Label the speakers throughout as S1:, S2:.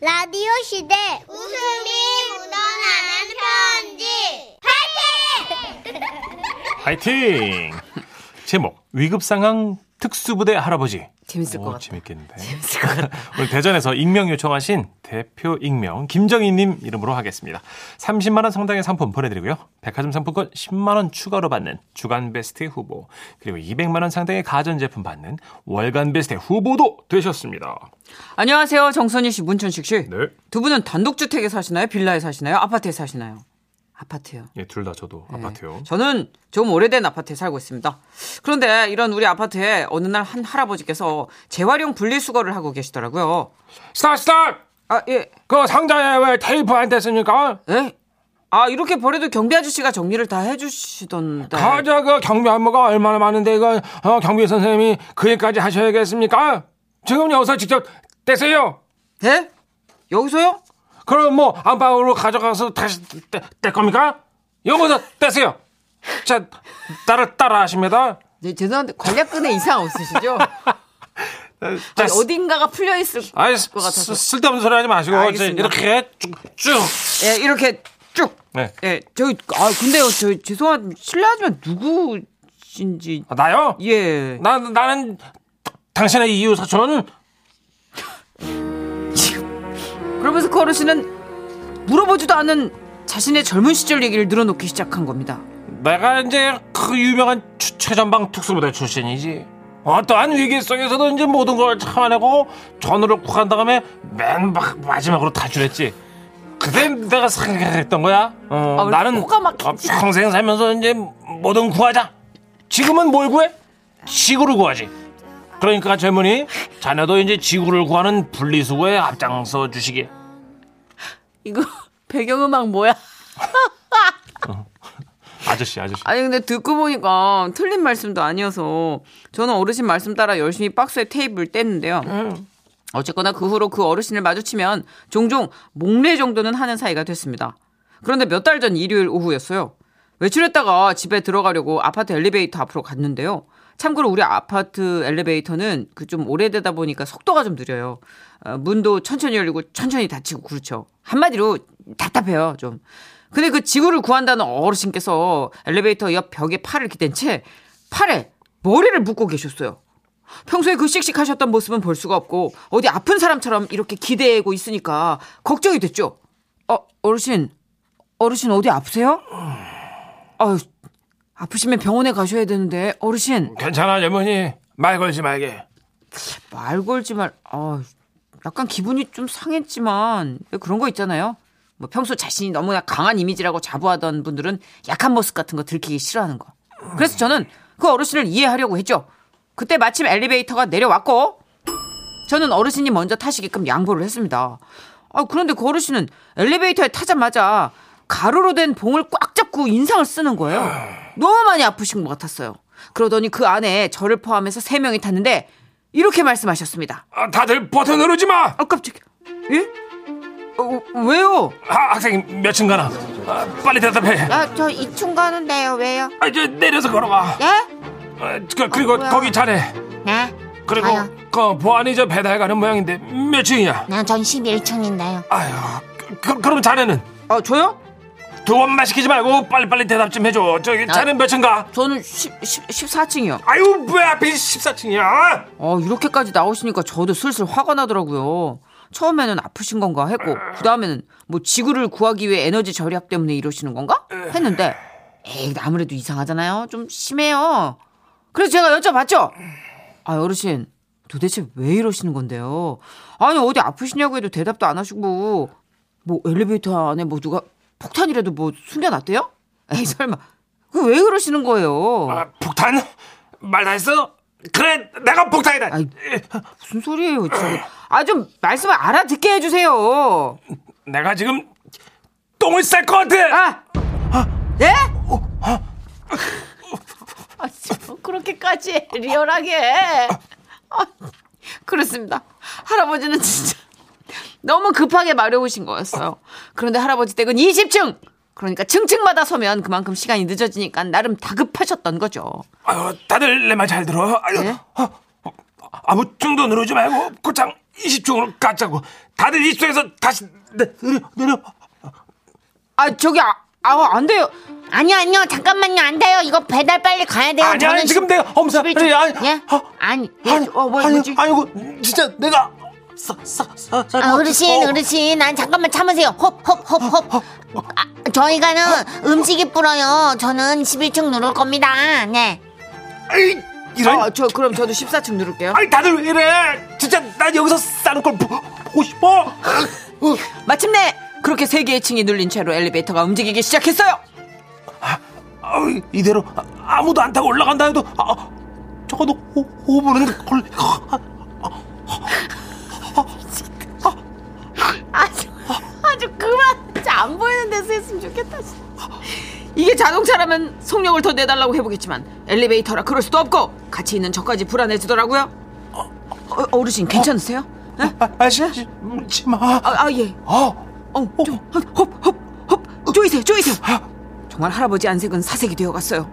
S1: 라디오 시대 웃음이 묻어나는 편지
S2: 파이팅! 제목 위급 상황 특수부대 할아버지.
S3: 재밌을 것 같다.
S2: 재밌겠는데. 오늘 대전에서 익명 요청하신 대표 익명 김정희님 이름으로 하겠습니다. 30만 원 상당의 상품 보내드리고요. 백화점 상품권 10만 원 추가로 받는 주간 베스트 후보 그리고 200만 원 상당의 가전 제품 받는 월간 베스트 후보도 되셨습니다.
S3: 안녕하세요. 정선희 씨, 문천식 씨.
S2: 네.
S3: 두 분은 단독주택에 사시나요? 빌라에 사시나요? 아파트에 사시나요? 아파트요.
S2: 예, 둘 다 저도
S3: 네.
S2: 아파트요.
S3: 저는 좀 오래된 아파트에 살고 있습니다. 그런데 이런 우리 아파트에 어느 날 한 할아버지께서 재활용 분리수거를 하고 계시더라고요.
S2: 스탑 스탑!
S3: 아, 예.
S2: 그 상자에 왜 테이프 안 뗐습니까?
S3: 예? 아, 이렇게 버려도 경비 아저씨가 정리를 다 해주시던데.
S2: 가자 그 경비 안무가 얼마나 많은데 이거 어, 경비 선생님이 그 일까지 하셔야겠습니까? 지금 여기서 직접 떼세요.
S3: 예? 여기서요?
S2: 그럼 뭐 안방으로 가져가서 다시 떼, 뗄 겁니까? 여기서 떼세요. 자 따라 따라 하십니다.
S3: 네, 죄송한데 관략근에 이상 없으시죠?
S2: 자,
S3: 아니, 어딘가가 풀려 있을
S2: 아이,
S3: 것 같아서.
S2: 스- 쓸데없는 소리 하지 마시고 이제
S3: 알겠습니다.
S2: 이렇게 쭉쭉
S3: 예, 이렇게 쭉.
S2: 네.
S3: 예, 저기 아 근데요, 저 죄송한 실례하지만 누구신지
S2: 아, 나요?
S3: 예.
S2: 나 나는 당신의 이웃 사촌
S3: 그러면서 코로 씨는 물어보지도 않은 자신의 젊은 시절 얘기를 늘어놓기 시작한 겁니다.
S2: 내가 이제 그 유명한 최- 최전방 특수부대 출신이지. 어떠한 위기 속에서도 이제 모든 걸 참아내고 전우를 쿡한 다음에 맨 마- 마지막으로 탈출했지. 그때 내가 생각했던 거야. 어,
S3: 아, 왜
S2: 나는
S3: 코가 막히지?
S2: 어, 평생 살면서 이제 뭐든 구하자. 지금은 뭘 구해? 지구를 구하지. 그러니까 젊은이 자네도 이제 지구를 구하는 분리수거에 앞장서 주시기.
S3: 이거 배경음악 뭐야?
S2: 아저씨, 아저씨.
S3: 아니 근데 듣고 보니까 틀린 말씀도 아니어서 저는 어르신 말씀 따라 열심히 박스에 테이프를 뗐는데요. 어쨌거나 그 후로 그 어르신을 마주치면 종종 목례 정도는 하는 사이가 됐습니다. 그런데 몇 달 전 일요일 오후였어요. 외출했다가 집에 들어가려고 아파트 엘리베이터 앞으로 갔는데요. 참고로 우리 아파트 엘리베이터는 그 좀 오래되다 보니까 속도가 좀 느려요. 어, 문도 천천히 열리고 천천히 닫히고 그렇죠. 한마디로 답답해요 좀. 근데 그 지구를 구한다는 어르신께서 엘리베이터 옆 벽에 팔을 기댄 채 팔에 머리를 묶고 계셨어요. 평소에 그 씩씩하셨던 모습은 볼 수가 없고 어디 아픈 사람처럼 이렇게 기대고 있으니까 걱정이 됐죠. 어 어르신 어르신 어디 아프세요? 아유 아프시면 병원에 가셔야 되는데 어르신
S2: 괜찮아, 젊은이. 말 걸지 말게.
S3: 말 걸지 말. 아 약간 기분이 좀 상했지만 왜 그런 거 있잖아요. 뭐 평소 자신이 너무나 강한 이미지라고 자부하던 분들은 약한 모습 같은 거 들키기 싫어하는 거. 그래서 저는 그 어르신을 이해하려고 했죠. 그때 마침 엘리베이터가 내려왔고 저는 어르신이 먼저 타시게끔 양보를 했습니다. 아, 그런데 그 어르신은 엘리베이터에 타자마자 가로로 된 봉을 꽉 잡고 인상을 쓰는 거예요. 너무 많이 아프신 것 같았어요. 그러더니 그 안에 저를 포함해서 세명이 탔는데 이렇게 말씀하셨습니다.
S2: 아, 다들 버튼 누르지 마!
S3: 아, 깜짝이야. 예? 어, 왜요?
S2: 아, 학생 몇 층 가나? 아, 빨리 대답해.
S4: 아, 저 2층 가는데요. 왜요?
S2: 아, 이제 내려서 걸어가.
S4: 예?
S2: 아, 그, 그리고
S4: 뭐야.
S2: 거기 자네.
S4: 네.
S2: 그리고
S4: 가요.
S2: 그 보안이 저 배달 가는 모양인데 몇 층이야?
S4: 네, 전 11층인데요.
S2: 아유, 그, 그, 럼 자네는
S3: 아, 저요?
S2: 두 번만 시키지 말고 빨리 빨리 대답 좀 해줘.
S4: 아.
S2: 저기 자네 몇 층가?
S3: 저는 10, 10, 14층이요.
S2: 아유, 왜 앞이 14층이야?
S3: 어, 이렇게까지 나오시니까 저도 슬슬 화가 나더라고요. 처음에는 아프신 건가 했고, 그 다음에는 뭐 지구를 구하기 위해 에너지 절약 때문에 이러시는 건가? 했는데, 에이, 아무래도 이상하잖아요. 좀 심해요. 그래서 제가 여쭤봤죠? 아, 어르신, 도대체 왜 이러시는 건데요? 아니, 어디 아프시냐고 해도 대답도 안 하시고, 뭐 엘리베이터 안에 뭐 누가 폭탄이라도 뭐 숨겨놨대요? 에이, 설마. 그 왜 그러시는 거예요?
S2: 아, 폭탄? 말 다 했어? 그래, 내가 폭탄이다.
S3: 아이. 무슨 소리예요 지금 아 좀 말씀을 알아듣게 해주세요
S2: 내가 지금 똥을 쌀 것 같아.
S3: 아 네? 아, 저 그렇게까지 리얼하게 아, 그렇습니다 할아버지는 진짜 너무 급하게 마려우신 거였어요 그런데 할아버지 댁은 20층 그러니까 층층마다 서면 그만큼 시간이 늦어지니까 나름 다급하셨던 거죠
S2: 아유, 다들 내 말 잘 들어. 아유,
S3: 네?
S2: 어, 아무 층도 누르지 말고 곧장 20쪽으로 가자고. 다들 20쪽에서 다시 내- 내려 내려.
S3: 아 저기 아, 아, 안 돼요.
S4: 아니요, 아니요. 잠깐만요. 안 돼요. 이거 배달 빨리 가야 돼요.
S2: 아니
S4: 저는
S2: 아니 지금 내가 엄사. 아니
S4: 11초.
S2: 아니.
S4: 예?
S2: 아,
S4: 아니.
S2: 아니
S3: 어, 뭐야,
S2: 아니
S3: 뭐지?
S2: 아니고 진짜 내가 싸싸싸
S4: 아, 어르신, 어르신. 난 잠깐만 참으세요. 홉, 홉, 홉,
S2: 어,
S4: 홉. 아, 저희가는 음식이 불어요. 저는 11층 누를 겁니다. 네.
S2: 아이 이런.
S3: 아, 저 그럼 저도 14층 누를게요.
S2: 아니 다들 왜 이래? 진짜 난 여기서 싸는 걸 보, 보고 싶어.
S3: 마침내 그렇게 세 개의 층이 눌린 채로 엘리베이터가 움직이기 시작했어요.
S2: 아유, 이대로 아- 아무도 안 타고 올라간다 해도 아, 아, 적어도 5, 분은 걸. 아,
S3: 아주 아주 그만 진짜 안 보이는 데서 했으면 좋겠다 진짜. 이게 자동차라면 속력을 더 내달라고 해보겠지만 엘리베이터라 그럴 수도 없고 같이 있는 저까지 불안해지더라고요 어, 어르신 괜찮으세요? 네?
S2: 아, 아, 지, 지, 지 마.
S3: 아, 아, 예.
S2: 아,
S3: 어, 좀, 헙, 헙, 헙, 조이세요, 조이세요.
S2: 아,
S3: 정말 할아버지 안색은 사색이 되어갔어요.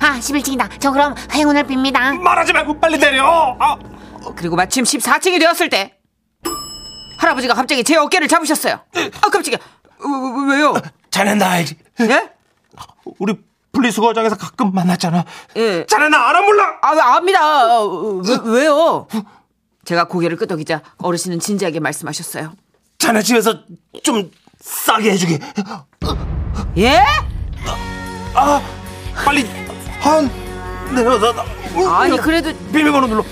S4: 아, 11층이다. 저 그럼 행운을 빕니다.
S2: 말하지 말고 빨리 내려. 아,
S3: 그리고 마침 14층이 되었을 때 할아버지가 갑자기 제 어깨를 잡으셨어요. 아, 깜짝이야. 왜, 왜요?
S2: 자네 나 알지?
S3: 예?
S2: 우리 분리수거장에서 가끔 만났잖아.
S3: 예.
S2: 자네 나 알아 몰라?
S3: 아, 왜 압니다. 어, 왜, 왜요? 제가 고개를 끄덕이자 어르신은 진지하게 말씀하셨어요.
S2: 자네 집에서 좀 싸게 해주게.
S3: 예?
S2: 아, 빨리 한 내려서 나- 어?
S3: 아니, 그래도
S2: 비밀번호 눌러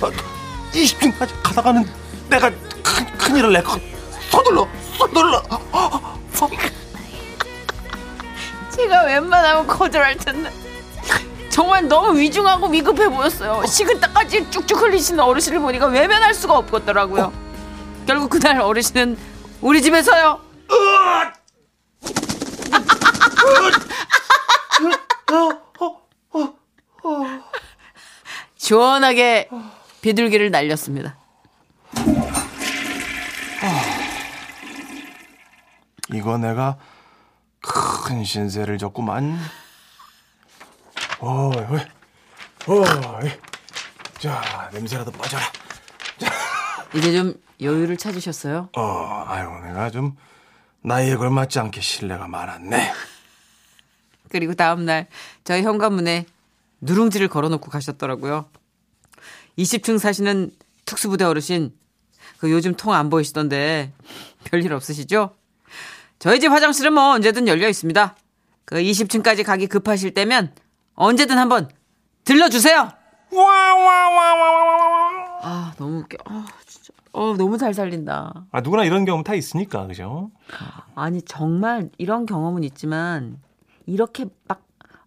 S2: 20층까지 가다가는 내가 큰, 큰일을 내것 서둘러 서둘러 어,
S3: 제가 웬만하면 거절할 텐데. 정말 너무 위중하고 위급해 보였어요. 식은땀까지 쭉쭉 흘리시는 어르신을 보니까 외면할 수가 없겠더라고요. 결국 그날 어르신은 우리 집에서요.
S2: 어.
S3: 시원하게 비둘기를 날렸습니다.
S2: 이거 내가 큰 신세를 졌구만 어이 어이 어이 자 냄새라도 빠져라
S3: 이제 좀 여유를 찾으셨어요?
S2: 어 아유 내가 좀 나이에 걸맞지 않게 신뢰가 많았네
S3: 그리고 다음날 저희 현관문에 누룽지를 걸어놓고 가셨더라고요. 20층 사시는 특수부대 어르신, 그 요즘 통 안 보이시던데 별일 없으시죠? 저희 집 화장실은 뭐 언제든 열려 있습니다. 그 20층까지 가기 급하실 때면 언제든 한번 들러주세요.
S2: 와와와와와와아
S3: 아 너무 웃겨. 아 진짜. 어 너무 잘 살린다.
S2: 아, 누구나 이런 경험 다 있으니까 그죠
S3: 아니 정말 이런 경험은 있지만 이렇게 막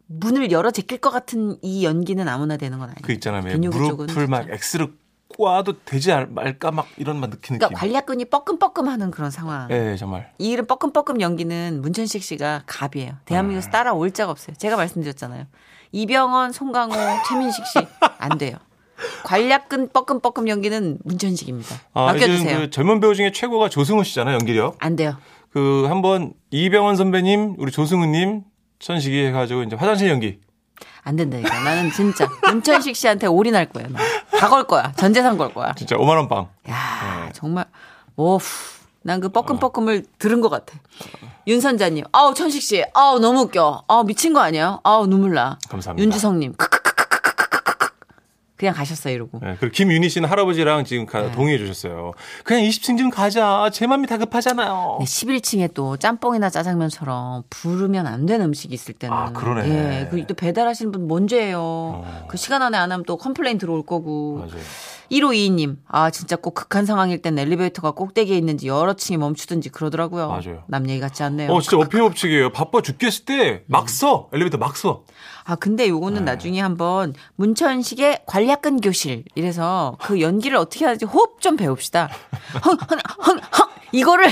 S3: 문을 열어 제낄 것 같은 이 연기는 아무나 되는 건 아니에요.
S2: 그 있잖아요 왜
S3: 근육 쪽은
S2: 무릎을 막
S3: 진짜.
S2: X를 꽈도 되지 않- 말까 막 이런 막 느끼는 느낌
S3: 그러니까 관략근이 뻐끔뻐끔하는 그런 상황.
S2: 예, 예, 정말.
S3: 이 이름 뻐끔뻐끔 연기는 문천식 씨가 갑이에요.
S2: 네.
S3: 대한민국에서 따라올 자가 없어요. 제가 말씀드렸잖아요. 이병헌, 송강호, 최민식 씨 안 돼요. 관략근 뻐끔뻐끔 연기는 문천식입니다.
S2: 아, 요즘
S3: 맡겨주세요.
S2: 그 젊은 배우 중에 최고가 조승우 씨잖아요, 연기력.
S3: 안 돼요.
S2: 그 한번 이병헌 선배님, 우리 조승우님, 천식이 해가지고 이제 화장실 연기.
S3: 안 된다니까. 나는 진짜 문천식 씨한테 올인할 거예요. 다 걸 거야. 전 재산 걸 거야.
S2: 진짜 5만 원 빵.
S3: 야 정말 오난그 뻐끔뻐끔을 들은 것 같아. 윤선자님, 아우 천식 씨, 아우 너무 웃겨, 아우 미친 거 아니에요? 아우 눈물 나.
S2: 감사합니다.
S3: 윤주성님, 크크크크크크크크크. 그냥 가셨어요 이러고.
S2: 예, 그리고 김윤희 씨는 할아버지랑 지금 가-
S3: 네.
S2: 동의해 주셨어요. 그냥 20층 좀 가자. 제 맘이 다 급하잖아요.
S3: 네, 11층에 또 짬뽕이나 짜장면처럼 부르면 안 되는 음식이 있을 때는
S2: 아, 그러네.
S3: 예, 그또 배달하시는 분 먼저예요. 그 시간 안에 안 하면 또 컴플레인 들어올 거고.
S2: 맞아요.
S3: 1522님, 아, 진짜 꼭 극한 상황일 땐 엘리베이터가 꼭대기에 있는지 여러 층이 멈추든지 그러더라고요.
S2: 맞아요.
S3: 남 얘기 같지 않네요. 음.
S2: 어, 진짜 어폐업칙이에요. 바빠 죽겠을 때 막 써. 엘리베이터 막 써.
S3: 아, 근데 요거는 나중에 한번 문천식의 관략근 교실 이래서 그 연기를 어떻게 하는지 호흡 좀 배웁시다. 헝, 헝, 헝, 헝. 이거를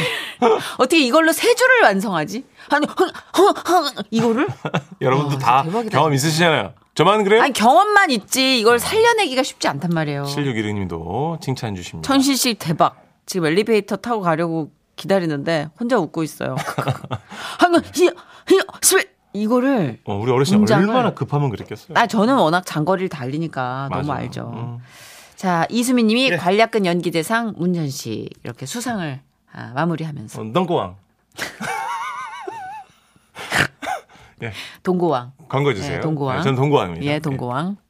S3: 어떻게 이걸로 세 줄을 완성하지? 아니, 헝, 헝, 헝. 이거를?
S2: 여러분도
S3: 와,
S2: 다
S3: 아, 대박이다.
S2: 경험 있으시잖아요. 저만 그래요?
S3: 아니, 경험만 있지 이걸 살려내기가 쉽지 않단 말이에요.
S2: 7616님도 칭찬 주십니다.
S3: 천신 씨 대박. 지금 엘리베이터 타고 가려고 기다리는데 혼자 웃고 있어요. 한번 히어 히어 스웨 이거를
S2: 어, 우리 어르신
S3: 문장을-
S2: 얼마나 급하면 그랬겠어요.
S3: 나 저는 워낙 장거리를 달리니까 너무
S2: 네. 맞아.
S3: 알죠.
S2: 음.
S3: 자, 이수민 님이
S2: 예.
S3: 관략근 연기대상 문전 씨 이렇게 수상을 아, 마무리하면서
S2: 어, 넌꼬왕
S3: 동고왕.
S2: 광고 주세요.
S3: 예, 동고왕.
S2: 어. 전 동고왕입니다.
S3: 네,
S2: 네.
S3: 예, 동고왕.